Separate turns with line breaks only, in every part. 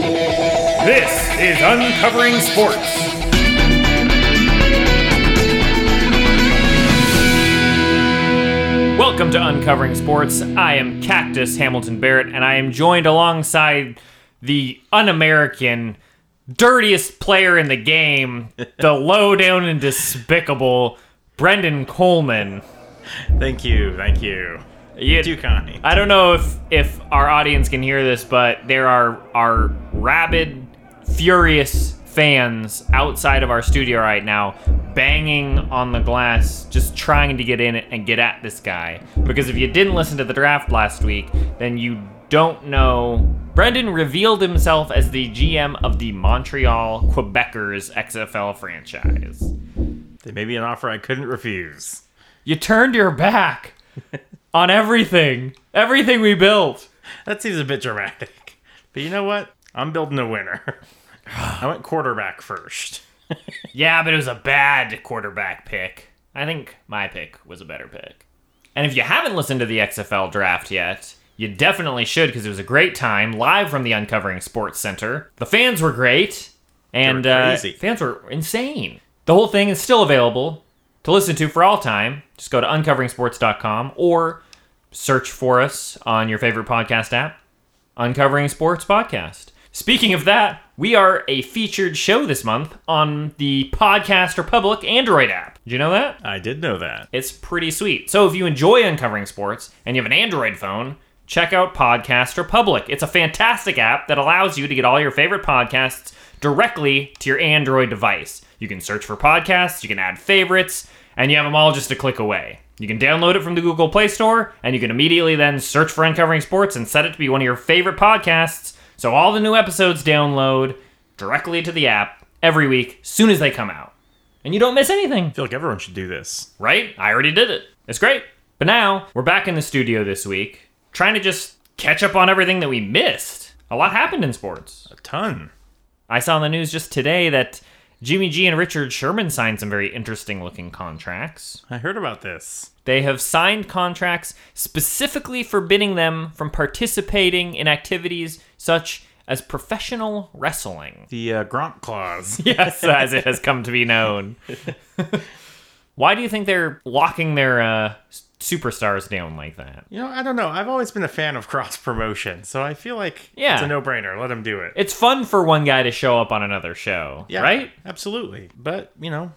This is Uncovering Sports. Welcome to Uncovering Sports. I am Cactus Hamilton Barrett, and I am joined alongside the un American, dirtiest player in the game, the low down and despicable Brendan Coleman.
Thank you, thank you.
You-
Too kind.
I don't know if if our audience can hear this, but there are are rabid, furious fans outside of our studio right now, banging on the glass, just trying to get in and get at this guy. Because if you didn't listen to the draft last week, then you don't know. Brendan revealed himself as the GM of the Montreal Quebecers XFL franchise.
There may be an offer I couldn't refuse.
You turned your back on everything, everything we built.
That seems a bit dramatic. But you know what? I'm building a winner. I went quarterback first.
Yeah, but it was a bad quarterback pick. I think my pick was a better pick. And if you haven't listened to the XFL draft yet, you definitely should because it was a great time live from the Uncovering Sports Center. The fans were great, and
They were
uh,
crazy.
fans were insane. The whole thing is still available to listen to for all time. Just go to uncoveringsports.com or search for us on your favorite podcast app. Uncovering Sports Podcast. Speaking of that, we are a featured show this month on the Podcast Republic Android app. Did you know that?
I did know that.
It's pretty sweet. So if you enjoy Uncovering Sports and you have an Android phone, check out Podcast Republic. It's a fantastic app that allows you to get all your favorite podcasts directly to your Android device. You can search for podcasts, you can add favorites, and you have them all just a click away. You can download it from the Google Play Store, and you can immediately then search for Uncovering Sports and set it to be one of your favorite podcasts. So all the new episodes download directly to the app every week, soon as they come out. And you don't miss anything
I feel like everyone should do this.
right? I already did it. It's great. But now we're back in the studio this week, trying to just catch up on everything that we missed. A lot happened in sports.
A ton.
I saw in the news just today that Jimmy G and Richard Sherman signed some very interesting looking contracts.
I heard about this.
They have signed contracts specifically forbidding them from participating in activities such as professional wrestling.
The uh, Gronk clause.
yes, as it has come to be known. Why do you think they're locking their uh, s- superstars down like that?
You know, I don't know. I've always been a fan of cross promotion, so I feel like
Yeah.
it's a no brainer. Let him do it.
It's fun for one guy to show up on another show,
Yeah,
right?
Absolutely. But, you know,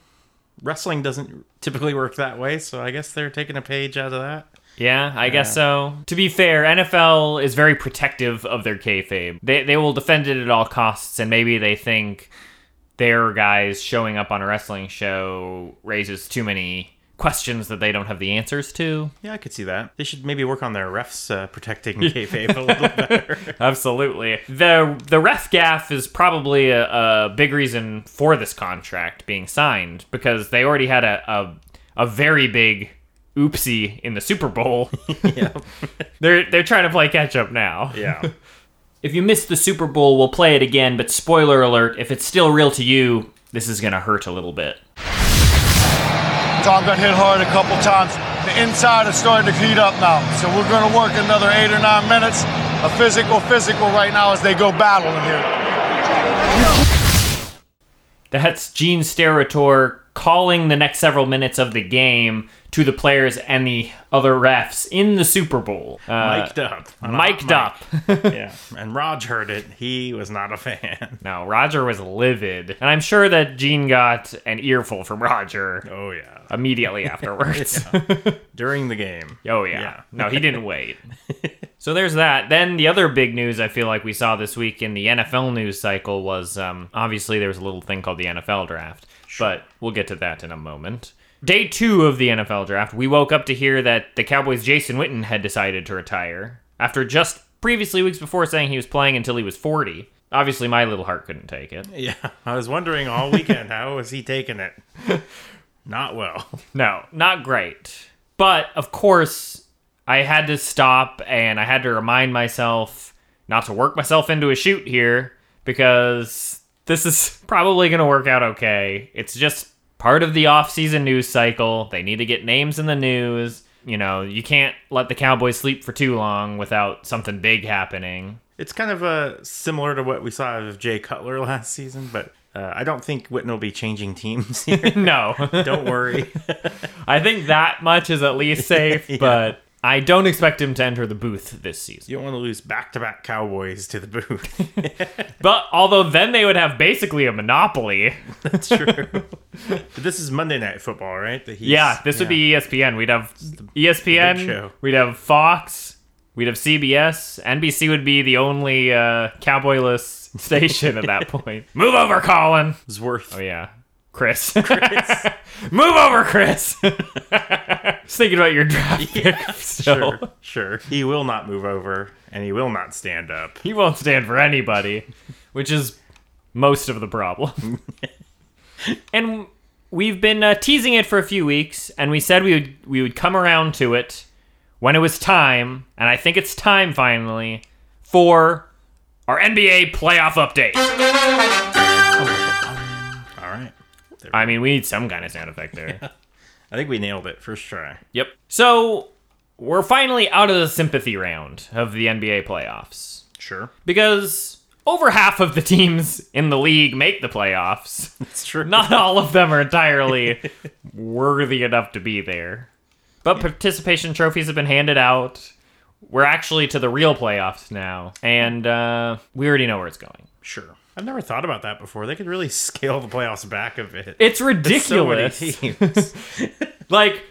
wrestling doesn't typically work that way, so I guess they're taking a page out of that.
Yeah, I guess so. To be fair, NFL is very protective of their kayfabe. They they will defend it at all costs, and maybe they think their guys showing up on a wrestling show raises too many questions that they don't have the answers to.
Yeah, I could see that. They should maybe work on their refs uh, protecting kayfabe a little better.
Absolutely. The the ref gaff is probably a, a big reason for this contract being signed because they already had a, a, a very big oopsie in the Super Bowl. they're they're trying to play catch up now.
yeah.
If you missed the Super Bowl, we'll play it again, but spoiler alert, if it's still real to you, this is gonna hurt a little bit.
Tom got hit hard a couple times. The inside is starting to heat up now. So we're going to work another eight or nine minutes of physical, physical right now as they go battling here.
That's Gene Steratore calling the next several minutes of the game to the players and the other refs in the Super Bowl. Uh,
Mic'd up.
mic'd up.
yeah. And Raj heard it. He was not a fan.
no, Roger was livid. And I'm sure that Gene got an earful from Roger
Oh, yeah.
immediately afterwards.
During the game.
Oh yeah. no, he didn't wait. so there's that. Then the other big news I feel like we saw this week in the NFL news cycle was um, obviously there was a little thing called the NFL draft, but we'll get to that in a moment. Day two of the NFL draft, we woke up to hear that the Cowboys' Jason Witten had decided to retire after just previously weeks before saying he was playing until he was 40. Obviously, my little heart couldn't take it.
Yeah. I was wondering all weekend how was he taking it? Not well.
No, not great. But of course, I had to stop and I had to remind myself not to work myself into a shoot here because this is probably going to work out okay. It's just part of the off-season news cycle. They need to get names in the news. You know, you can't let the Cowboys sleep for too long without something big happening.
It's kind of uh, similar to what we saw of Jay Cutler last season, but uh, I don't think Witten will be changing teams here.
No,
don't worry.
I think that much is at least safe, but I don't expect him to enter the booth this season.
You don't want to lose back to back Cowboys to the booth.
But although then they would have basically a monopoly.
That's true. But this is Monday Night Football, right? The Heats.
Yeah, this would be E ESPN. We'd have E ESPN.
big show.
We'd have Fox. We'd have CBS. NBC would be the only uh, cowboyless station at that point. Move over, Colin.
It's worth.
Oh yeah, Chris. Move over, Chris. Just thinking about your draft pick. Still.
Sure, sure. He will not move over, and he will not stand up.
He won't stand for anybody, which is most of the problem. and we've been uh, teasing it for a few weeks, and we said we would we would come around to it when it was time, and I think it's time finally for our NBA playoff update.
All right.
I mean, we need some kind of sound effect there.
I think we nailed it first try.
Yep. So we're finally out of the sympathy round of the NBA playoffs.
Sure.
because over half of the teams in the league make the playoffs.
It's true.
Not all of them are entirely worthy enough to be there. But participation trophies have been handed out. We're actually to the real playoffs now, and uh, we already know where it's going.
Sure. I've never thought about that before. They could really scale the playoffs back a bit.
It's
So many
ridiculous.
teams.
like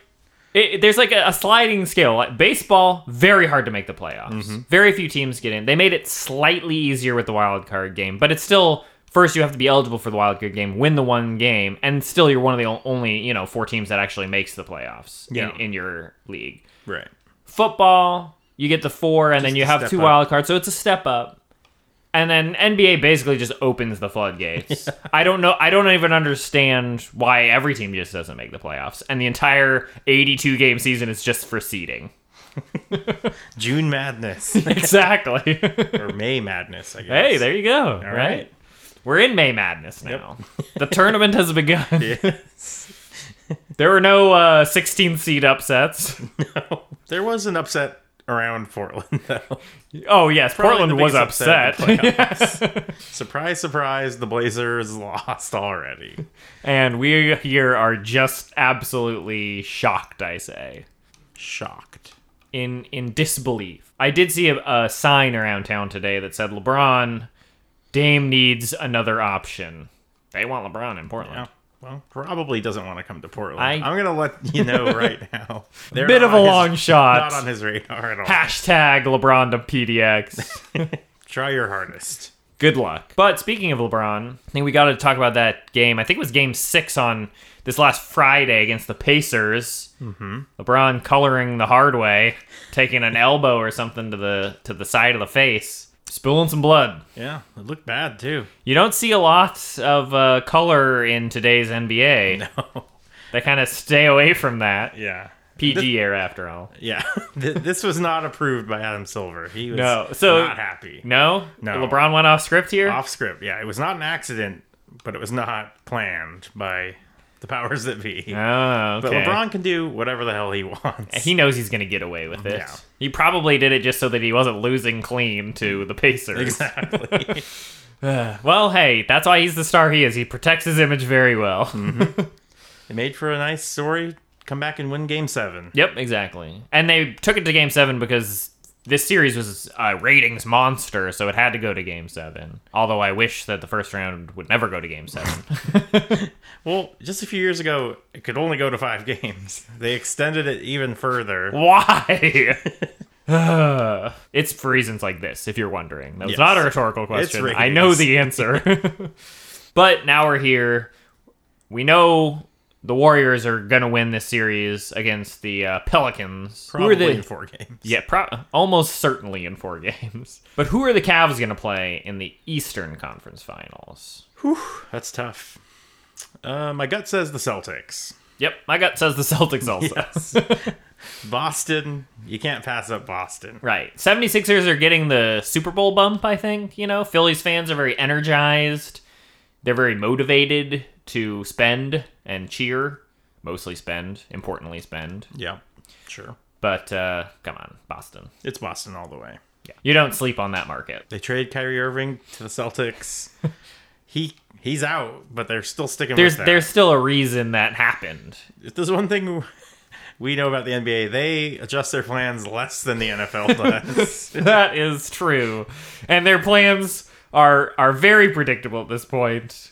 it, there's like a, a sliding scale like baseball very hard to make the playoffs very few teams get in they made it slightly easier with the wild card game but it's still first you have to be eligible for the wild card game win the one game and still you're one of the o- only you know four teams that actually makes the playoffs
Yeah.
in, in your league
right.
football you get the four and then you
a
have
step
two
up.
wild cards so it's a step up and then nba basically just opens the floodgates i don't know i don't even understand why every team just doesn't make the playoffs and the entire 82 game season is just for seeding
June madness
exactly
or May madness, I guess.
hey there you go right?
right.
we're in may madness now the tournament has begun there were no uh, 16 seed upsets
There was an upset around Portland, though.
oh yes
Probably the
portland was
biggest
upset,
upset of the playoffs. surprise, surprise, the Blazers lost already.
And we here are just absolutely shocked, I say.
Shocked.
In in disbelief. I did see a, a sign around town today that said LeBron, Dame needs another option. They want LeBron in Portland.
Oh, well, probably doesn't want to come to Portland.
I-
I, am going to let you know right now. They're
Bit
not
of a
on his-
long shot.
Not on his radar at all.
Hashtag LeBron to PDX.
Try your hardest.
Good luck. But speaking of LeBron, I think we got to talk about that game. I think it was game six on this last Friday against the Pacers. Mm-hmm. LeBron coloring the hard way, taking an elbow or something to the to the side of the face, spilling some blood.
Yeah, it looked bad, too.
You don't see a lot of uh, color in today's NBA.
No.
They kind of stay away from that.
Yeah.
PG era, after all.
Yeah, Th- this was not approved by Adam Silver. He was
No, so-
not happy.
No,
No.
LeBron went off script here.
Off script, yeah, it was not an accident, but it was not planned by the powers that be.
Oh,
But
okay.
LeBron can do whatever the hell he wants.
He knows he's going to get away with it.
Yeah.
He probably did it just so that he wasn't losing clean to the Pacers.
exactly.
Well, hey, that's why he's the star he is. He protects his image very well.
Hmm. it made for a nice story. Come back and win Game Seven.
Yep, exactly. And they took it to Game 7 because this series was a ratings monster, so it had to go to Game 7. Although I wish that the first round would never go to Game 7.
Well, just a few years ago, it could only go to five games. They extended it even further.
why? Ugh. it's for reasons like this, if you're wondering. That was
Yes.
not a rhetorical question. I
ratings.
know the answer. but now we're here. We know the Warriors are going to win this series against the uh, Pelicans. Who
Probably
are the-
in four games.
Yeah, pro- almost certainly in four games. But who are the Cavs going to play in the Eastern Conference Finals?
That's tough. Uh, my gut says the Celtics.
Yep, my gut says the Celtics also.
Boston, you can't pass up Boston.
Right. 76ers are getting the Super Bowl bump, I think. You know, Phillies fans are very energized. They're very motivated to spend and cheer. Mostly spend, importantly spend.
Yeah, sure.
But uh, come on, Boston.
It's Boston all the way.
Yeah. You don't sleep on that market.
They trade Kyrie Irving to the Celtics. he he's out, but they're still sticking
There's
with that.
there's still a reason that happened.
if there's one thing we know about the NBA, they adjust their plans less than the NFL does.
that is true. And their plans are are very predictable at this point.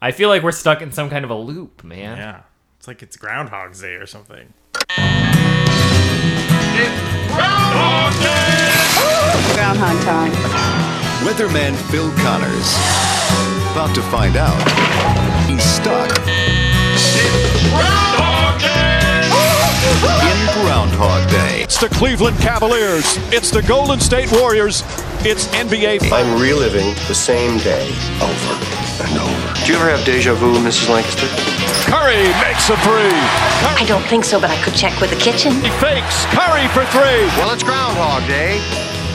I feel like we're stuck in some kind of a loop, man.
yeah. It's like it's Groundhog's Day or something.
Groundhog Time.
Weatherman Phil Connors. About to find out. He's stuck in Groundhog Day.
It's the Cleveland Cavaliers. It's the Golden State Warriors. It's NBA. Fi-
I'm reliving the same day over and over. Do you ever have deja vu, Mrs. Lancaster?
Curry makes a three.
I don't think so, but I could check with the kitchen.
Curry fakes. Curry for three.
Well, it's Groundhog Day.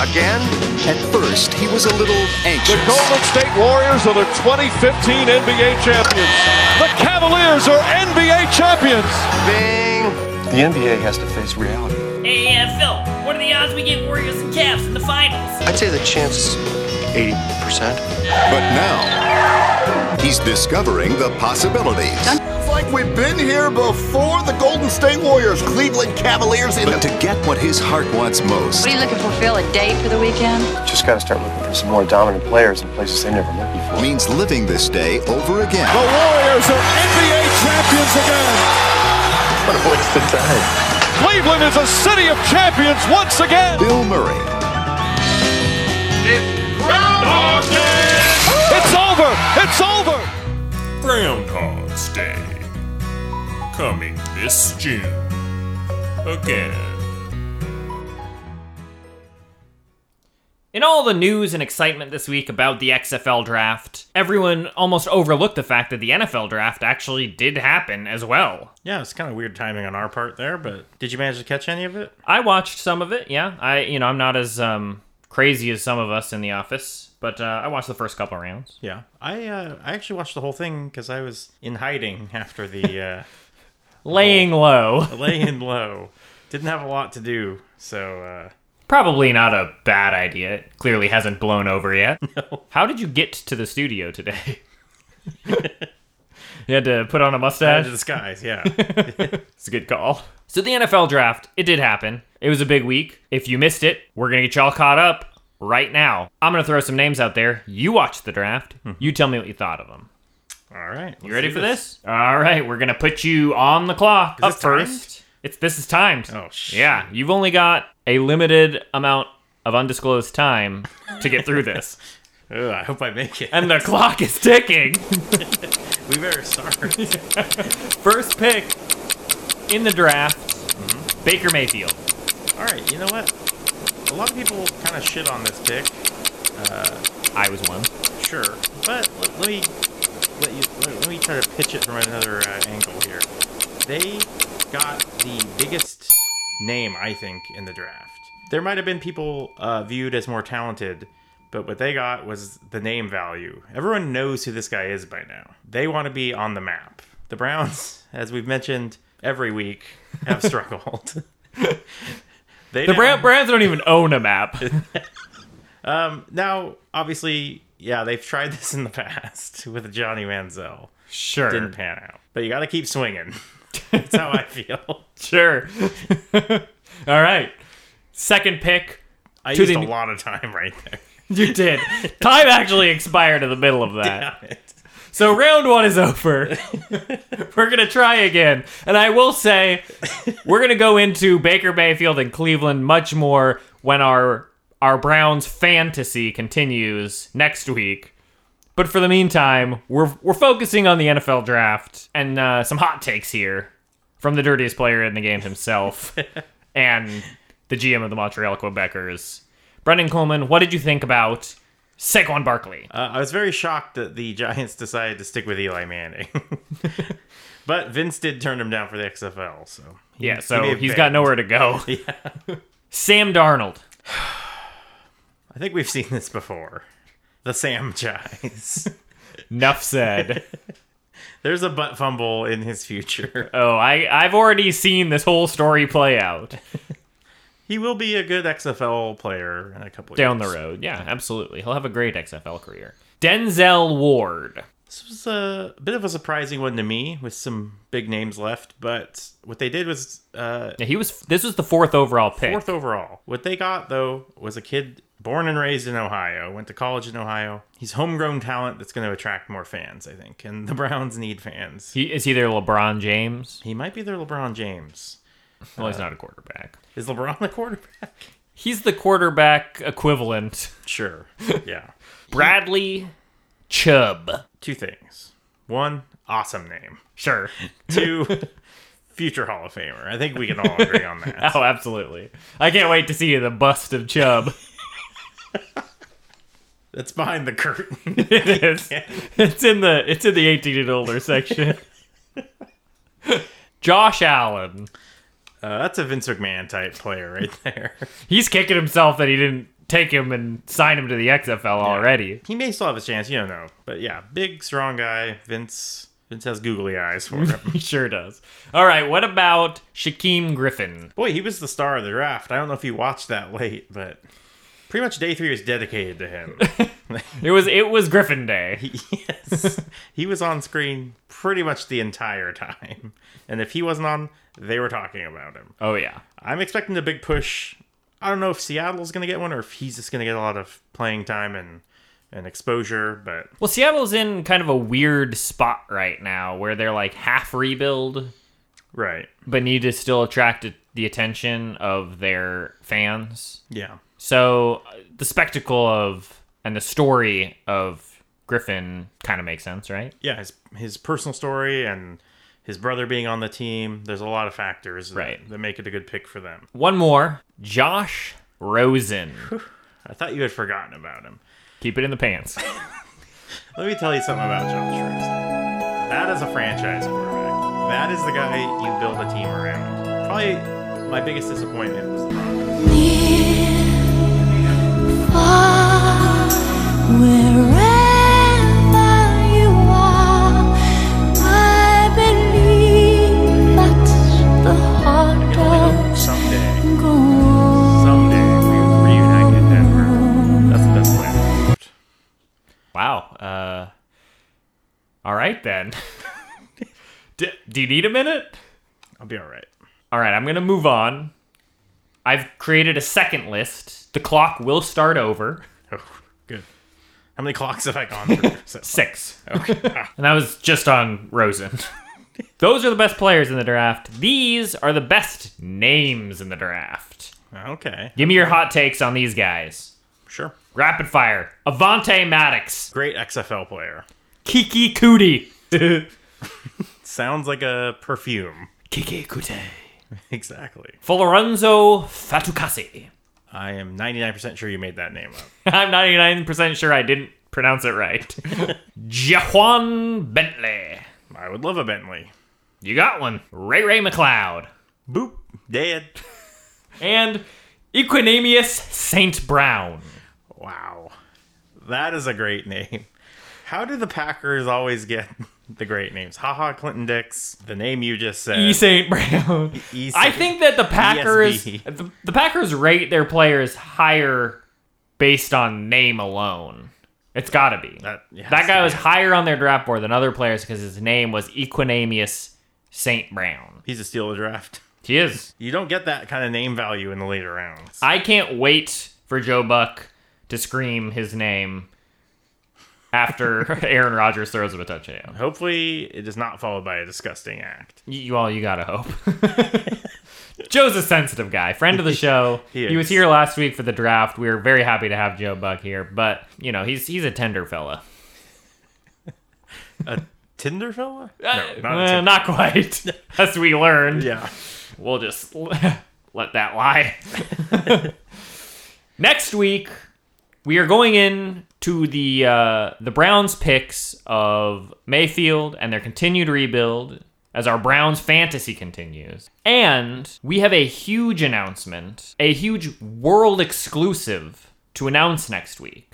Again?
At first, he was a little
The
anxious.
Golden State Warriors are the 2015 NBA champions. The Cavaliers are NBA champions.
Bing! The NBA has to face reality.
Hey, uh, Phil, what are the odds we get Warriors and Cavs in the finals?
I'd say the chance is 80%.
But now, he's discovering the possibilities.
like we've been here before the Golden State Warriors, Cleveland Cavaliers in
But to get what his heart wants most,
What are you looking for, Phil? A date for the weekend?
Just gotta start looking for some more dominant players in places they never met before.
means living this day over again.
The Warriors are NBA champions again.
What a waste of time.
Cleveland is a city of champions once again.
Bill Murray,
It's over. It's over.
Groundhog's Day. Coming this June. Again.
In all the news and excitement this week about the XFL draft, everyone almost overlooked the fact that the NFL draft actually did happen as well.
Yeah, it's kind of weird timing on our part there, but did you manage to catch any of it?
I watched some of it. Yeah, I you know I'm not as um, crazy as some of us in the office, but uh, I watched the first couple rounds.
Yeah, I uh, I actually watched the whole thing because I was in hiding after the
Laying low,
uh, laying low. Didn't have a lot to do, so uh,
probably not a bad idea. It clearly hasn't blown over yet. How did you get to the studio today? you had to put on a
out of
mustache.
uh, disguise. Yeah,
It's a good call. So the NFL draft, it did happen. It was a big week. If you missed it, we're gonna get y'all caught up right now. I'm gonna throw some names out there. You watch the draft. You tell me what you thought of them.
all right.
You ready for this? All right, we're gonna put you on the clock.
Is
up
this timed?
first, it's this is timed.
Oh, shit.
yeah, you've only got a limited amount of undisclosed time to get through this,
Ugh, I hope I make it.
and the clock is ticking.
we better start.
First pick in the draft,
Mm-hmm.
Baker Mayfield.
all right. You know what? A lot of people kind of shit on this pick.
I was one.
Sure, but let, let me let you let, let me try to pitch it from another uh, angle here. They got the biggest name, I think, in the draft. There might have been people uh, viewed as more talented, but what they got was the name value. Everyone knows who this guy is by now. They want to be on the map. The Browns, as we've mentioned every week, have struggled. they
The
now-
Bra- Browns don't even own a map.
now, obviously, yeah, they've tried this in the past with Johnny Manziel.
Sure,
didn't pan out. But you got to keep swinging. That's how I feel.
sure. All right, second pick.
I
To
used
the-
a lot of time right there.
You did. Time actually expired in the middle of that.
Damn it.
So round one is over. we're gonna try again, and I will say we're gonna go into Baker Mayfield and Cleveland much more when our our Browns fantasy continues next week. But for the meantime, we're we're focusing on the NFL draft and uh, some hot takes here from the dirtiest player in the game himself and the GM of the Montreal Quebecers, Brendan Coleman. What did you think about Saquon Barkley?
Uh, I was very shocked that the Giants decided to stick with Eli Manning. but Vince did turn him down for the XFL, so he-
Yeah,
he
so
may
he
have
has got
begged.
nowhere to go. Sam Darnold.
I think we've seen this before. The Sam Giants.
Nuff said.
There's a butt fumble in his future. Uh,
oh, I, I've already seen this whole story play out.
He will be a good XFL player in a couple
down
years.
the road. Yeah, absolutely. He'll have a great XFL career. Denzel Ward.
This was a bit of a surprising one to me with some big names left, but what they did was uh,
Yeah, he was. This was the fourth overall pick.
fourth overall. What they got, though, was a kid born and raised in Ohio, went to college in Ohio. He's homegrown talent that's going to attract more fans, I think, and the Browns need fans.
He, is he their LeBron James?
He might be their LeBron James.
Well, he's not a quarterback.
Is LeBron the quarterback?
He's the quarterback equivalent.
Sure. Yeah.
Bradley Chubb.
Two things. One, awesome name.
Sure.
Two, future Hall of Famer. I think we can all agree on that.
Oh, absolutely. I can't wait to see the bust of Chubb.
That's behind the curtain.
it is. It's in the it's in the 18 and older section. Josh Allen.
Uh, that's a Vince McMahon type player right there.
He's kicking himself that he didn't take him and sign him to the XFL already.
He may still have a chance, you don't know. But yeah, big, strong guy. Vince Vince has googly eyes for him.
He sure does. All right, what about Shaquem Griffin?
Boy, he was the star of the draft. I don't know if you watched that late, but pretty much day three was dedicated to him.
It was it was Griffin Day.
yes. He was on screen pretty much the entire time. And if he wasn't on, they were talking about him.
Oh yeah.
I'm expecting a big push. I don't know if Seattle's going to get one or if he's just going to get a lot of playing time and, and exposure, but
Well, Seattle's in kind of a weird spot right now where they're like half rebuild,
right.
but need to still attract the attention of their fans.
Yeah.
So uh, the spectacle of and the story of Griffin kind of makes sense, right?
Yeah, his his personal story and his brother being on the team, there's a lot of factors that,
Right.
that make it a good pick for them.
One more, Josh Rosen.
I thought you had forgotten about him.
Keep it in the pants.
Let me tell you something about Josh Rosen. That is a franchise quarterback. That is the guy you build a team around. Probably my biggest disappointment was the Broncos. I only hope someday, someday we reunite in Denver. That's the best plan.
Wow. Uh, all right then. D- do you need a minute?
I'll be all right.
All right, I'm gonna move on. I've created a second list. The clock will start over.
Oh, good. How many clocks have I gone through? So-
Six. Ah. and that was just on Rosen. Those are the best players in the draft. These are the best names in the draft.
okay,
Give me your hot takes on these guys.
sure.
Rapid fire. Avante Maddox.
Great XFL player.
Kiki Cootie.
Sounds like a perfume.
Kiki Cootie.
Exactly.
Florenzo Fatukasi.
I am 99% sure you made that name up.
I'm 99% sure I didn't pronounce it right. Jaquan Bentley.
I would love a Bentley.
You got one. Ray Ray McLeod.
Boop. Dead.
And Equinemius St. Brown.
Wow. That is a great name. How do the Packers always get the great names? Haha Clinton Dix, the name you just said.
E. St. Brown.
E.
I think that the Packers the, the Packers rate their players higher based on name alone. It's got to be.
That- it has
that guy
to
was
be.
higher on their draft board than other players because his name was Equinemius St. Brown.
He's a steal of the draft.
He is.
You don't get that kind of name value in the later rounds.
I can't wait for Joe Buck to scream his name after Aaron Rodgers throws him a touchdown.
Hopefully, it is not followed by a disgusting act.
Y- You all, you gotta hope. Joe's a sensitive guy, friend of the show.
He
was
is.
here last week for the draft. We were very happy to have Joe Buck here, but you know he's he's a tender fella.
Tinder fella?
Uh,
No, not a
eh,
Tinder.
not quite, as we learned.
yeah.
We'll just let that lie. Next week, we are going in to the uh, the Browns picks of Mayfield and their continued rebuild as our Browns fantasy continues. And we have a huge announcement, a huge world exclusive to announce next week.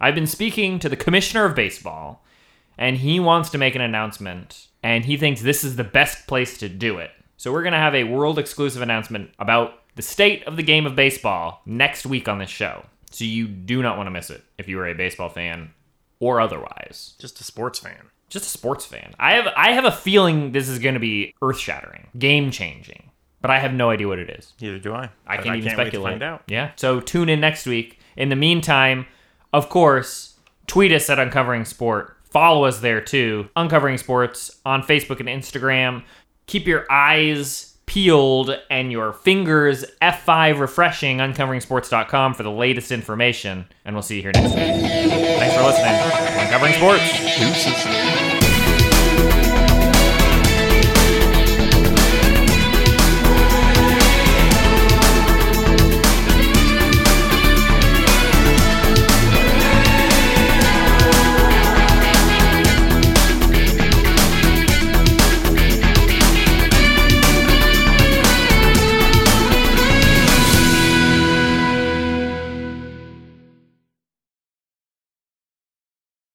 I've been speaking to the commissioner of baseball and he wants to make an announcement and he thinks this is the best place to do it. So we're going to have a world exclusive announcement about the state of the game of baseball next week on this show. So you do not want to miss it if you are a baseball fan or otherwise.
Just a sports fan.
Just a sports fan. I have I have a feeling this is going to be earth-shattering, game-changing, but I have no idea what it is.
Neither do I.
I
But
can't even
wait to
speculate.
find out.
Yeah. So tune in next week. In the meantime, of course, tweet us at Uncovering Sport. Follow us there too. Uncovering Sports on Facebook and Instagram. Keep your eyes peeled and your fingers F5 refreshing uncoveringsports.com for the latest information. And we'll see you here next week. Thanks for listening. Uncovering Sports.
Deuces.